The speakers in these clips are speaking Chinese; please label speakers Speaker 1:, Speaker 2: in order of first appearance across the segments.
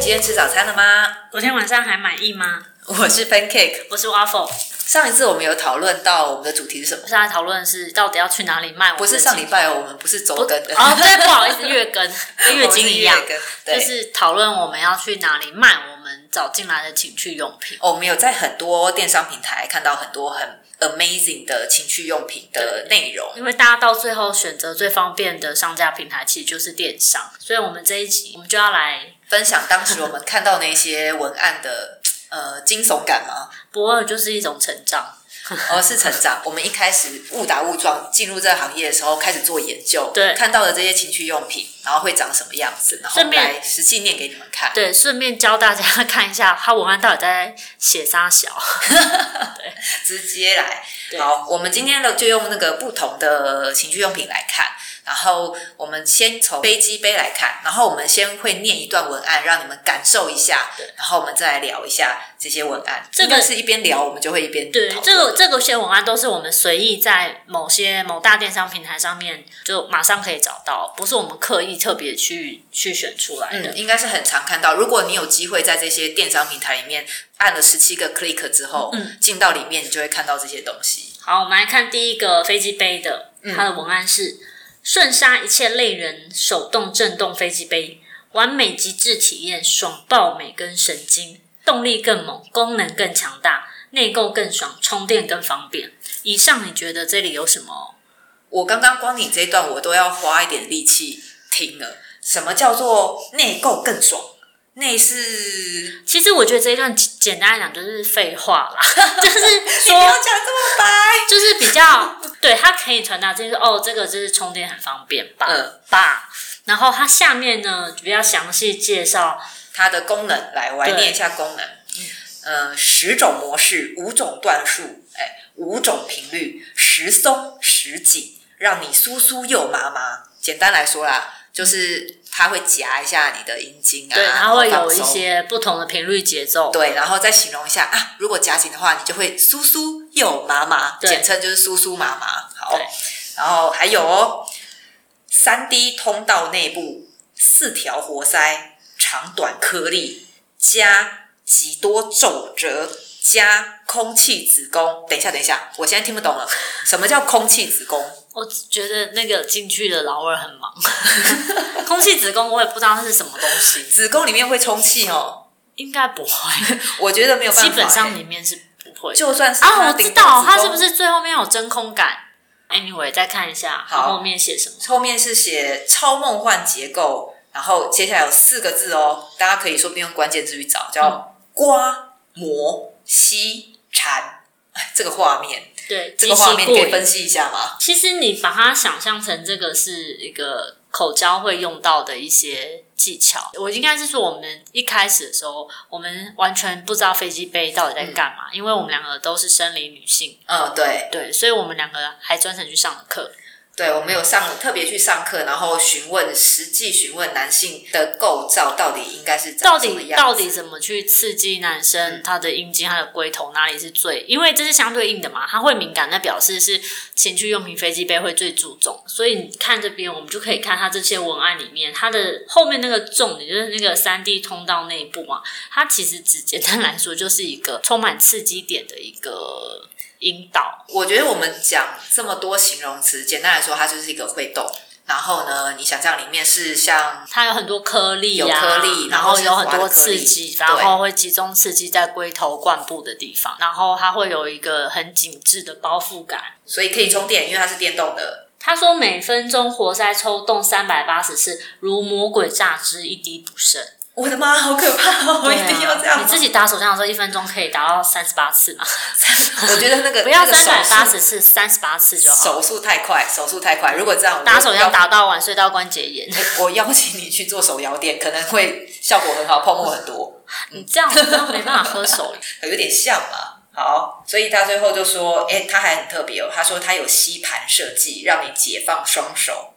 Speaker 1: 今天吃早餐了吗？
Speaker 2: 昨天晚上还满意吗？
Speaker 1: 我是 Pancake。
Speaker 2: 我是 Waffle，
Speaker 1: 上一次我们有讨论到我们的主题是什么
Speaker 2: 我？现在讨论是到底要去哪里卖我们
Speaker 1: 不
Speaker 2: 的
Speaker 1: 是
Speaker 2: 鸡
Speaker 1: 上礼拜我们不是周
Speaker 2: 不
Speaker 1: 更的，
Speaker 2: 哦，对，不好意思，月 更跟月
Speaker 1: 我们是
Speaker 2: 经一样
Speaker 1: 月，更对，
Speaker 2: 就是讨论我们要去哪里卖我们找进来的情趣用品。
Speaker 1: 哦我们有在很多电商平台看到很多很 amazing 的情趣用品的内容。
Speaker 2: 因为大家到最后选择最方便的商家平台其实就是电商，所以我们这一集我们就要来
Speaker 1: 分享当时我们看到那些文案的 呃惊悚感 吗？
Speaker 2: 不二就是一种成长，
Speaker 1: 而是成长。我们一开始误打误撞进入这个行业的时候，开始做研究，
Speaker 2: 对
Speaker 1: 看到的这些情趣用品，然后会长什么样子，然后
Speaker 2: 顺便
Speaker 1: 来实际念给你们看。
Speaker 2: 对，顺便教大家看一下他文案到底在写啥小，
Speaker 1: 直接来。
Speaker 2: 对
Speaker 1: 好，我们今天的就用那个不同的情趣用品来看，然后我们先从飞机杯来看，然后我们先会念一段文案，让你们感受一下
Speaker 2: 对，
Speaker 1: 然后我们再来聊一下这些文案。
Speaker 2: 这
Speaker 1: 应
Speaker 2: 个
Speaker 1: 该是一边聊，我们就会一边
Speaker 2: 对
Speaker 1: 讨，论
Speaker 2: 这个这个些文案都是我们随意在某些某大电商平台上面就马上可以找到，不是我们刻意特别去去选出来的。
Speaker 1: 嗯，应该是很常看到。如果你有机会在这些电商平台里面按了十七个 click 之后，
Speaker 2: 嗯，
Speaker 1: 进到里面你就会看到这些东西。
Speaker 2: 好，我们来看第一个飞机杯的，
Speaker 1: 嗯
Speaker 2: 它的文案是“瞬杀一切类人手动震动飞机杯，完美极致体验，爽爆每根神经，动力更猛，功能更强大，内购更爽，充电更方便。”以上你觉得这里有什么？
Speaker 1: 我刚刚光你这一段，我都要花一点力气听了。什么叫做内购更爽？内是
Speaker 2: 其实我觉得这一段简简单来讲就是废话啦， 就是
Speaker 1: 不要
Speaker 2: 说，
Speaker 1: 讲这么白。
Speaker 2: 就是比较对它可以传达这个哦，这个就是充电很方便吧、
Speaker 1: 嗯
Speaker 2: 吧。然后它下面呢比较详细介绍
Speaker 1: 它的功能，来我来
Speaker 2: 对
Speaker 1: 念一下功能。
Speaker 2: 嗯
Speaker 1: 呃，十种模式，五种段数，哎，五种频率，时松时紧，让你酥酥又麻麻。简单来说啦，就是它会夹一下你的阴茎啊，
Speaker 2: 对，
Speaker 1: 然
Speaker 2: 它
Speaker 1: 后
Speaker 2: 会有
Speaker 1: 放
Speaker 2: 一
Speaker 1: 松
Speaker 2: 些不同的频率节奏。
Speaker 1: 对，然后再形容一下啊，如果夹紧的话，你就会酥酥又麻麻，
Speaker 2: 对
Speaker 1: 简称就是酥酥麻麻。好
Speaker 2: 对，
Speaker 1: 然后还有哦，三 D 通道内部四条活塞，长短颗粒，加几多皱褶。加空气子宫，等一下，等一下，我现在听不懂了，什么叫空气子宫？
Speaker 2: 我只觉得那个进去的老二很忙， 空气子宫我也不知道它是什么东西，
Speaker 1: 子宫里面会充气哦，
Speaker 2: 应该 不会，
Speaker 1: 我觉得没有办法
Speaker 2: 基
Speaker 1: 欸、
Speaker 2: 本上里面是不会的。
Speaker 1: 就算是
Speaker 2: 啊，我
Speaker 1: 顶
Speaker 2: 知道
Speaker 1: 多子
Speaker 2: 它是
Speaker 1: 宫
Speaker 2: 不是最后面有真空感？Anyway，再看一下它
Speaker 1: 好
Speaker 2: 后面写什么。
Speaker 1: 后面是写超梦幻结构，然后接下来有四个字哦，大家可以说不定用关键字去找，叫刮磨吸缠。哎，这个画面，
Speaker 2: 对，
Speaker 1: 这个画面可以分
Speaker 2: 分。
Speaker 1: 析一下吗？
Speaker 2: 其实你把它想象成这个是一个口交会用到的一些技巧。我应该是说，我们一开始的时候，我们完全不知道飞机杯到底在干嘛，因为我们两个都是生理女性，
Speaker 1: 嗯，对
Speaker 2: 对，所以我们两个还专程去上了课。
Speaker 1: 对，我们有上特别去上课，然后询问实际询问男性的构造到底应该是
Speaker 2: 到
Speaker 1: 长什么
Speaker 2: 底
Speaker 1: 样
Speaker 2: 到底怎么去刺激男生
Speaker 1: 嗯
Speaker 2: 他的阴茎、他的龟头哪里是最？因为这是相对应的嘛，他会敏感，那表示是情趣用品飞机杯会最注重。所以你看这边，我们就可以看他这些文案里面，它的后面那个重点就是那个三 D 通道内部嘛，它其实只简单来说就是一个充满刺激点的一个引导。
Speaker 1: 我觉得我们讲这么多形容词，简单来说，它就是一个会动。然后呢，你想象里面是像
Speaker 2: 它有很多颗粒、啊，
Speaker 1: 有颗粒
Speaker 2: 然
Speaker 1: 然后
Speaker 2: 后
Speaker 1: 是
Speaker 2: 有很
Speaker 1: 滑
Speaker 2: 多
Speaker 1: 的颗
Speaker 2: 刺
Speaker 1: 粒
Speaker 2: 激，
Speaker 1: 对
Speaker 2: 然后会集中刺激在龟头冠部的地方，然后它会有一个很紧致的包覆感。
Speaker 1: 所以可以充电，因为它是电动的。
Speaker 2: 他说每分钟活塞抽动三百八十次，如魔鬼榨汁，一滴不剩。
Speaker 1: 我的妈，好可怕哦！我一定要这样
Speaker 2: 对啊
Speaker 1: 吗。
Speaker 2: 你 自己打手枪的时候，一分钟可以达到三十 八次嘛？
Speaker 1: 我觉得那个
Speaker 2: 不要
Speaker 1: 那个
Speaker 2: 三
Speaker 1: 手
Speaker 2: 百八
Speaker 1: 速
Speaker 2: 十次，三十八次就好。
Speaker 1: 手速太快，手速太快。如果这样，我
Speaker 2: 打手
Speaker 1: 要
Speaker 2: 枪打到晚睡到关节炎，
Speaker 1: 我邀请你去做手摇店，可能会效果很好，泡沫很多，
Speaker 2: 你这样子真的没办法喝手。
Speaker 1: 有点像嘛。好，所以他最后就说，哎、他还很特别哦。他说他有吸盘设计，让你解放双手，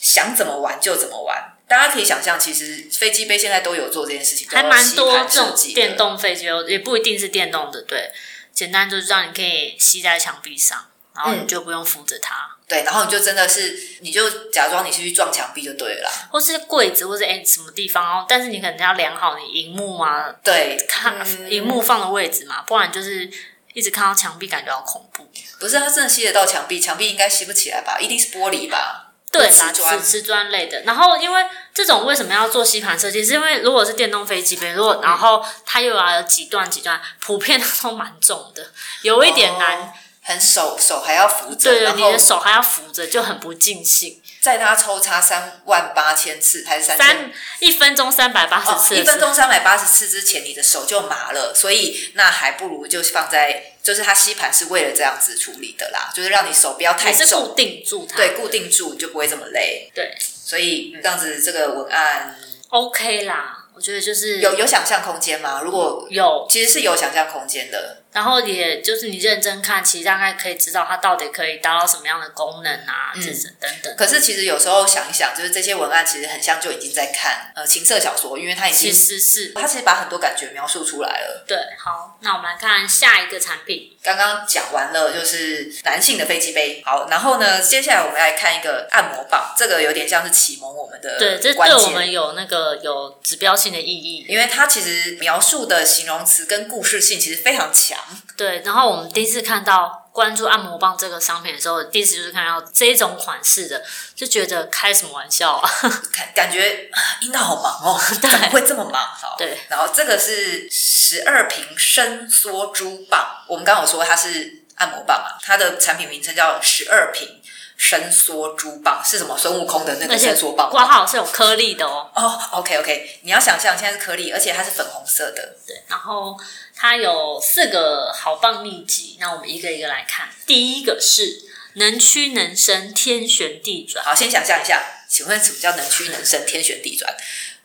Speaker 1: 想怎么玩就怎么玩。大家可以想象，其实飞机杯现在都有做这件事情，
Speaker 2: 还
Speaker 1: 叫做
Speaker 2: 蛮
Speaker 1: 吸
Speaker 2: 多
Speaker 1: 盘
Speaker 2: 这
Speaker 1: 设
Speaker 2: 种
Speaker 1: 计的
Speaker 2: 电动废机，也不一定是电动的，对，简单就是让你可以吸在墙壁上，然后你就不用扶着它，
Speaker 1: 对，然后你就真的是，你就假装你是去撞墙壁就对了啦。
Speaker 2: 或是柜子，或是哎、什么地方哦。但是你可能要量好你荧幕啊，
Speaker 1: 对，
Speaker 2: 看
Speaker 1: 嗯
Speaker 2: 荧幕放的位置嘛，不然就是一直看到墙壁，感觉好恐怖。
Speaker 1: 不是它真的吸得到墙壁，墙壁应该吸不起来吧？一定是玻璃吧？
Speaker 2: 对
Speaker 1: 瓷
Speaker 2: 啦，
Speaker 1: 砖
Speaker 2: 瓷瓷砖类的。然后，因为这种为什么要做吸盘设计，是因为如果是电动飞机杯，如果然后它又要有几段几段，普遍都蛮重的，有一点难。
Speaker 1: 哦很手手还要扶着，
Speaker 2: 对对，
Speaker 1: 然
Speaker 2: 你
Speaker 1: 后
Speaker 2: 的手还要扶着，就很不尽兴。
Speaker 1: 在它抽插三万八千次还是三千
Speaker 2: 三一分钟三百八十
Speaker 1: 哦，
Speaker 2: 次的
Speaker 1: 一
Speaker 2: 时
Speaker 1: 分钟三百八十次之前，你的手就麻了，所以那还不如就放在，就是它吸盘是为了这样子处理的啦，就是让你手不要太
Speaker 2: 还是
Speaker 1: 重，
Speaker 2: 固定住它。
Speaker 1: 对，固定住，你就不会这么累。
Speaker 2: 对
Speaker 1: 所以嗯这样子，这个文案
Speaker 2: ，OK 啦，我觉得就是
Speaker 1: 有有想象空间吗？如果
Speaker 2: 有，
Speaker 1: 其实是有想象空间的，
Speaker 2: 然后也就是你认真看，其实大概可以知道它到底可以达到什么样的功能啊，这是等等。
Speaker 1: 嗯可是其实有时候想一想，就是这些文案其实很像就已经在看呃情色小说，因为它已
Speaker 2: 其
Speaker 1: 经
Speaker 2: 实是
Speaker 1: 它其实把很多感觉描述出来了。
Speaker 2: 对，好，那我们来看下一个产品，
Speaker 1: 刚刚讲完了，就是男性的飞机杯。好，然后呢，接下来我们来看一个按摩棒，这个有点像是启蒙我们的
Speaker 2: 对，这
Speaker 1: 关
Speaker 2: 对我
Speaker 1: 键，
Speaker 2: 们有那个有指标性的意义。
Speaker 1: 因为它其实描述的形容词跟故事性其实非常强。
Speaker 2: 对，然后我们第一次看到关注按摩棒这个商品的时候，第一次就是看到这种款式的，就觉得开什么玩笑啊！
Speaker 1: 感感觉啊阴道好忙 哦，怎么会这么忙？好，
Speaker 2: 对。
Speaker 1: 然后这个是十二瓶伸缩珠棒，我们刚刚有说它是按摩棒嘛，它的产品名称叫十二瓶伸缩珠棒，是什么？孙悟空的那
Speaker 2: 而
Speaker 1: 个
Speaker 2: 且
Speaker 1: 伸缩棒吗。
Speaker 2: 挂号是有颗粒的哦。
Speaker 1: 哦、o k OK，你要想象现在是颗粒，而且它是粉红色的。
Speaker 2: 对，然后它有四个好棒秘籍，那我们一个一个来看。第一个是能屈能伸，天旋地转。
Speaker 1: 好，先想象一下，请问什么叫能屈能伸、天旋地转？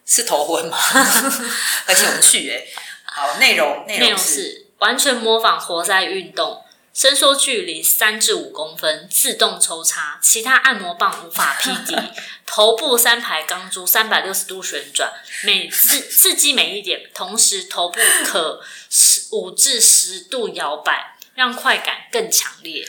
Speaker 1: 是头昏 吗？很有趣哎、好，内容内
Speaker 2: 内
Speaker 1: 容
Speaker 2: 容
Speaker 1: 是
Speaker 2: 是完全模仿活塞运动，伸缩距离三至五公分，自动抽插，其他按摩棒无法匹 敌。头部三排钢珠三百六十度旋转，每次刺激每一点，同时头部可十五至十度摇摆，让快感更强烈。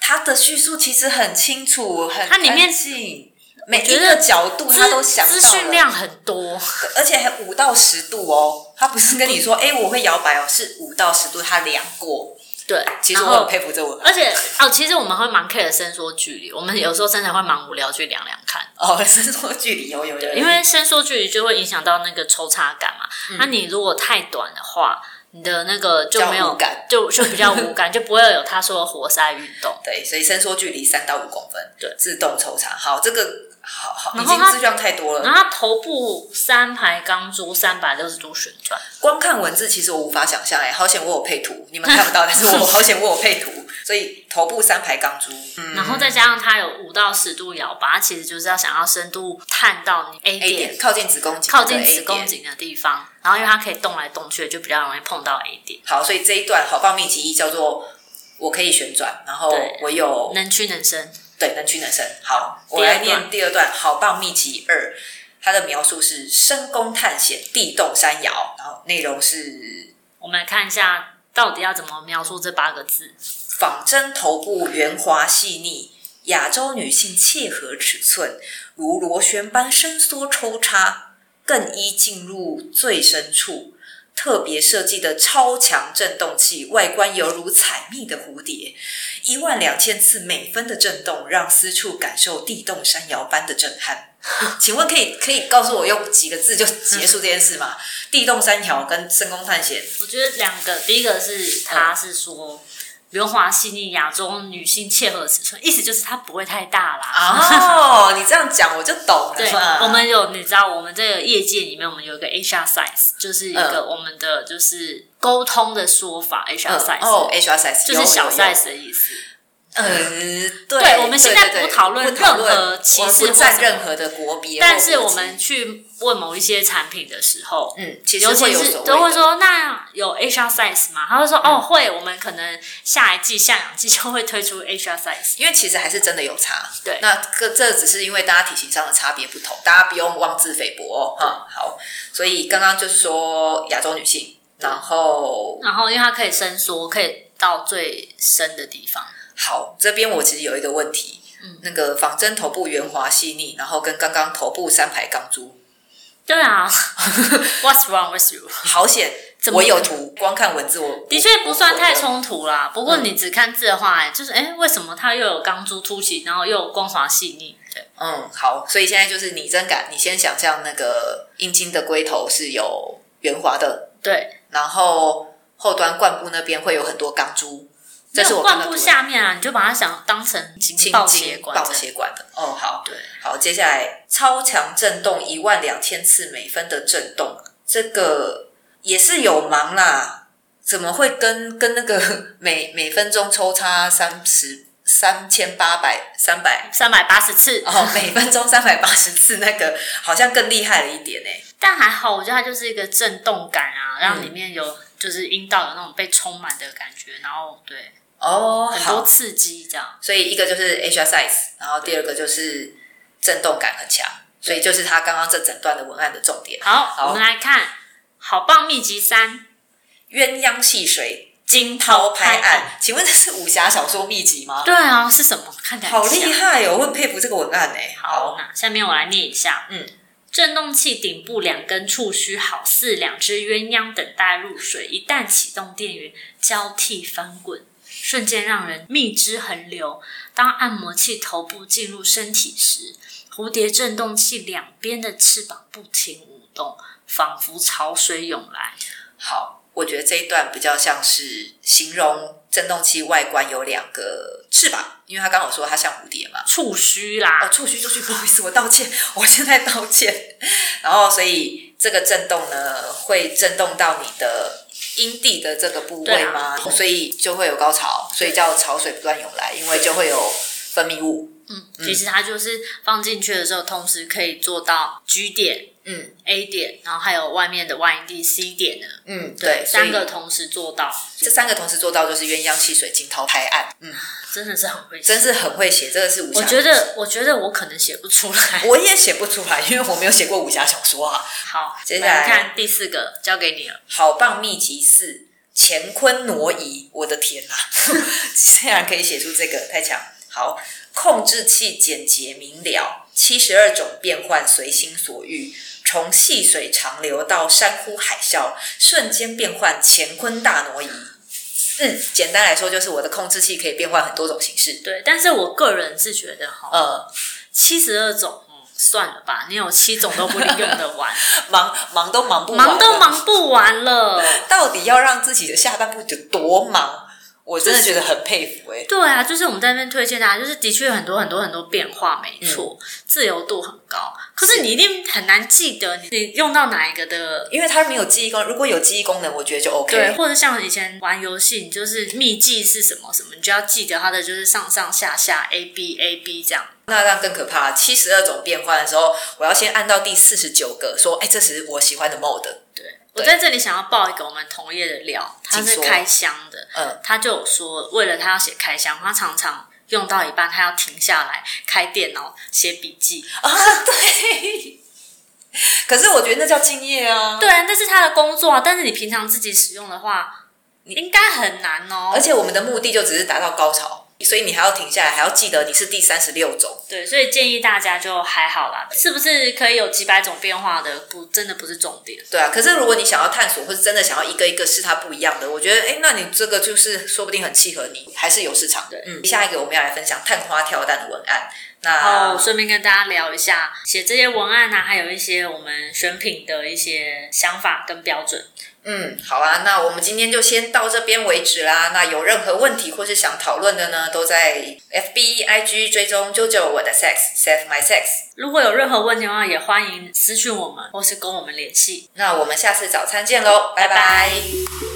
Speaker 1: 它的叙述其实很清楚，很
Speaker 2: 它里面
Speaker 1: 干净每
Speaker 2: 觉
Speaker 1: 一个
Speaker 2: 得
Speaker 1: 角度他都
Speaker 2: 资
Speaker 1: 想
Speaker 2: 资
Speaker 1: 到
Speaker 2: 讯
Speaker 1: 了，
Speaker 2: 量很多，
Speaker 1: 而且还五到十度哦。他不是跟你说，
Speaker 2: 嗯
Speaker 1: 哎、我会摇摆哦，是五到十度，他量过。
Speaker 2: 对，
Speaker 1: 其实
Speaker 2: 然
Speaker 1: 我 很
Speaker 2: 后
Speaker 1: 佩服这文案
Speaker 2: 而且哦，其实我们会蛮 care 伸缩距离，我们有时候真的会蛮无聊去量量看。
Speaker 1: 哦，伸缩距离有有有，有
Speaker 2: 因为伸缩距离就会影响到那个抽插感嘛。
Speaker 1: 嗯
Speaker 2: 那、你如果太短的话，你的那个就没
Speaker 1: 比较
Speaker 2: 有
Speaker 1: 无感
Speaker 2: 就就比较无感，就不会有他说的活塞运动。
Speaker 1: 对，所以伸缩距离三到五公分，
Speaker 2: 对
Speaker 1: 自动抽查。好，这个好好，已
Speaker 2: 然后
Speaker 1: 经
Speaker 2: 它
Speaker 1: 质量太多了。
Speaker 2: 然后它头部三排钢珠三百六十度旋转，
Speaker 1: 光看文字，其实我无法想象哎、好险我有配图，你们看不到，但是 我好险我有配图。所以头部三排钢珠，嗯，
Speaker 2: 然后再加上它有五到十度摇把，它其实就是要想要深度探到你 A
Speaker 1: A
Speaker 2: 点
Speaker 1: 点靠近子宫颈，
Speaker 2: 靠
Speaker 1: 对
Speaker 2: 近
Speaker 1: A
Speaker 2: 子宫
Speaker 1: 点。
Speaker 2: 颈的地方，然后因为它可以动来动去，就比较容易碰到 A 点，
Speaker 1: 好，所以这一段好棒秘籍一叫做我可以旋转，然后
Speaker 2: 对
Speaker 1: 我有
Speaker 2: 能屈能伸。
Speaker 1: 对能屈能伸。好，
Speaker 2: 第二
Speaker 1: 我来
Speaker 2: 段
Speaker 1: 念第二段好棒秘籍二，它的描述是深宫探险，地动山摇，然后内容是
Speaker 2: 我们来看一下到底要怎么描述这八个字。
Speaker 1: 仿真头部圆滑细腻，亚洲女性切合尺寸，如螺旋般伸缩抽插，更宜进入最深处。特别设计的超强震动器，外观犹如采蜜的蝴蝶，一万两千次每分的震动，让私处感受地动山摇般的震撼。 请问可以可以告诉我用几个字就结束这件事
Speaker 2: 嗯
Speaker 1: 吗？地动山摇跟深宫探 险，
Speaker 2: 我觉得两个，第一个是
Speaker 1: 嗯
Speaker 2: 他是说圆滑细腻，亚洲女性切合尺寸，意思就是它不会太大
Speaker 1: 哦，
Speaker 2: 啦。
Speaker 1: 你这样讲我就懂
Speaker 2: 对
Speaker 1: 了嘛。，
Speaker 2: 我们有你知道，我们这个业界里面，我们有一个 HR size，就是一个我们的就是沟通的说法，HR
Speaker 1: 嗯
Speaker 2: size，、
Speaker 1: 哦，HR size
Speaker 2: 就是
Speaker 1: 有
Speaker 2: 小
Speaker 1: 有有
Speaker 2: size 的意思。
Speaker 1: 嗯，对，
Speaker 2: 对我们现在
Speaker 1: 对对对
Speaker 2: 不讨论
Speaker 1: 不讨
Speaker 2: 任何歧视
Speaker 1: 我们不
Speaker 2: 或
Speaker 1: 占
Speaker 2: 什么
Speaker 1: 任何的国别或国籍，
Speaker 2: 但是我们去问某一些产品的时候，
Speaker 1: 嗯，其实
Speaker 2: 尤
Speaker 1: 会
Speaker 2: 其
Speaker 1: 有
Speaker 2: 是
Speaker 1: 所谓
Speaker 2: 都会
Speaker 1: 的嗯
Speaker 2: 说那有 HR size 吗？他会说、哦会，我们可能下一季、下两季就会推出 HR size。
Speaker 1: 因为其实还是真的有差。
Speaker 2: 对
Speaker 1: 那个这只是因为大家体型上的差别不同，大家不用妄自菲薄哦。哈、好，所以刚刚就是说亚洲女
Speaker 2: 嗯
Speaker 1: 性，然后
Speaker 2: 然后因为它可以伸缩，可以到最深的地方。
Speaker 1: 好，这边我其实有一个问题，
Speaker 2: 嗯
Speaker 1: 那个仿真头部圆滑细腻，然后跟刚刚头部三排钢珠，
Speaker 2: 对啊，What's wrong with you？
Speaker 1: 好险
Speaker 2: 怎，么
Speaker 1: 我有图，光看文字我
Speaker 2: 的确不算太冲突
Speaker 1: 嗯
Speaker 2: 啦。不过你只看字的话、哎就是哎、为什么它又有钢珠凸起，然后又有光滑细腻？对，
Speaker 1: 嗯，好，所以现在就是拟真感，你先想象那个阴茎的龟头是有圆滑的，
Speaker 2: 对，
Speaker 1: 然后后端冠部那边会有很多钢珠，这是我看
Speaker 2: 冠
Speaker 1: 到
Speaker 2: 部
Speaker 1: 图的
Speaker 2: 下面啊，你就把它想当成
Speaker 1: 青
Speaker 2: 情报
Speaker 1: 筋
Speaker 2: 血管这
Speaker 1: 爆
Speaker 2: 样。
Speaker 1: 血管的。哦，好，
Speaker 2: 对，
Speaker 1: 好，接下来超强震动一万两千次每分的震动，这个也是有忙啦，怎么会跟跟那个 每每分钟抽插三十三千八百三百？
Speaker 2: 三百八十次，
Speaker 1: 哦，每分钟三百八十次，那个好像更厉害了一点欸呢、
Speaker 2: 但还好，我觉得它就是一个震动感啊，
Speaker 1: 嗯
Speaker 2: 让里面有就是阴道有那种被充满的感觉，然后对
Speaker 1: 哦，
Speaker 2: 很多
Speaker 1: 好，
Speaker 2: 刺激这样。
Speaker 1: 所以一个就是 HR size，然后第二个就是震动感很强，所以就是他刚刚这整段的文案的重点。
Speaker 2: 好，
Speaker 1: 好
Speaker 2: 我们来看《好棒秘籍三》
Speaker 1: 鸳鸯戏水，
Speaker 2: 惊
Speaker 1: 抛
Speaker 2: 涛
Speaker 1: 拍
Speaker 2: 拍岸。
Speaker 1: 案，请问这是武侠小说秘籍吗？
Speaker 2: 对啊，是什么？看起来
Speaker 1: 好
Speaker 2: 很像
Speaker 1: 厉害哦，我很佩服这个文案哎。
Speaker 2: 好，，那下面我来念一下。
Speaker 1: 嗯，
Speaker 2: 振动器顶部两根触须好似两只鸳鸯等待入水，一旦启动电源，交替翻滚，瞬间让人蜜汁横流。当按摩器头部进入身体时，蝴蝶振动器两边的翅膀不停舞动，仿佛潮水涌来。
Speaker 1: 好，我觉得这一段比较像是形容振动器外观有两个翅膀，因为他刚好说它像蝴蝶嘛。
Speaker 2: 触须啦，
Speaker 1: 哦，触须触须，不好意思，我道歉，我现在道歉。然后，所以这个震动呢，会震动到你的阴蒂的这个部位吗？
Speaker 2: 对啊
Speaker 1: 所以就会有高潮，所以叫潮水不断涌来，因为就会有分泌物。
Speaker 2: 嗯，其实它就是放进去的时候，同时可以做到 G 点、
Speaker 1: 嗯
Speaker 2: A 点，然后还有外面的外阴地 C 点呢。
Speaker 1: 嗯，对，
Speaker 2: 对，三
Speaker 1: 所
Speaker 2: 个
Speaker 1: 以
Speaker 2: 同时做到，
Speaker 1: 这三个同时做到就是鸳鸯戏水惊涛拍岸，嗯，
Speaker 2: 真的是很会写。
Speaker 1: 真是很会写，这个是武侠。
Speaker 2: 我觉得，我觉得我可能写不出来。
Speaker 1: 我也写不出来，因为我没有写过武侠小说啊。
Speaker 2: 好，
Speaker 1: 接
Speaker 2: 我
Speaker 1: 下来
Speaker 2: 们看第四个，交给你了。
Speaker 1: 好棒秘籍四，乾坤挪移，我的天呐、 竟然可以写出这个，太强！好，控制器简洁明了，七十二种变换随心所欲，从细水长流到山呼海啸，瞬间变换乾坤大挪移。嗯，简单来说就是我的控制器可以变换很多种形式。
Speaker 2: 对，但是我个人是觉得哈，
Speaker 1: 呃，
Speaker 2: 七十二种，嗯，算了吧，你有七种都不一定用 得完，
Speaker 1: 忙忙都忙不完了啊
Speaker 2: 忙都忙不完了。
Speaker 1: 到底要让自己的下半部有多忙？我真的觉得很佩服哎、
Speaker 2: 对啊，就是我们在那边推荐大家，就是的确有很多很多很多变化，没错，
Speaker 1: 嗯
Speaker 2: 自由度很高。可是你一定很难记得你你用到哪一个的
Speaker 1: 因为它没有记忆功能，如果有记忆功能，我觉得就 OK。
Speaker 2: 对，或者像以前玩游戏，你就是秘技是什么什么，你就要记得它的就是上上下下 A B A B 这样。
Speaker 1: 那让更可怕，七十二种变换的时候，我要先按到第四十九个，说，哎、这是我喜欢的 mode。
Speaker 2: 对，我在这里想要爆一个我们同业的料，他
Speaker 1: 请
Speaker 2: 是
Speaker 1: 说
Speaker 2: 开箱的，
Speaker 1: 嗯，
Speaker 2: 他就有说，为了他要写开箱，他常常用到一半，他要停下来开电脑写笔记。啊
Speaker 1: 可是我觉得那叫敬业啊。
Speaker 2: 对啊，那是他的工作啊，但是你平常自己使用的话，应该很难哦
Speaker 1: 而。且我们的目的就只是达到高潮，所以你还要停下来，还要记得你是第三十六种。
Speaker 2: 对，所以建议大家就还好啦，是不是可以有几百种变化的？不，真的不是重点。
Speaker 1: 对啊，可是如果你想要探索，或是真的想要一个一个试它不一样的，我觉得，哎、那你这个就是说不定很契合你，还是有市场的
Speaker 2: 对。
Speaker 1: 嗯，下一个我们要来分享探花跳蛋的文案。那啊
Speaker 2: 哦，顺便跟大家聊一下，写这些文案呢、啊还有一些我们选品的一些想法跟标准。
Speaker 1: 嗯，好啊，那我们今天就先到这边为止啦。那有任何问题或是想讨论的呢，都在 FB、IG 追踪啾啾我的 sex save my sex。
Speaker 2: 如果有任何问题的话，也欢迎私讯我们，或是跟我们联系。
Speaker 1: 那我们下次早餐见喽，拜拜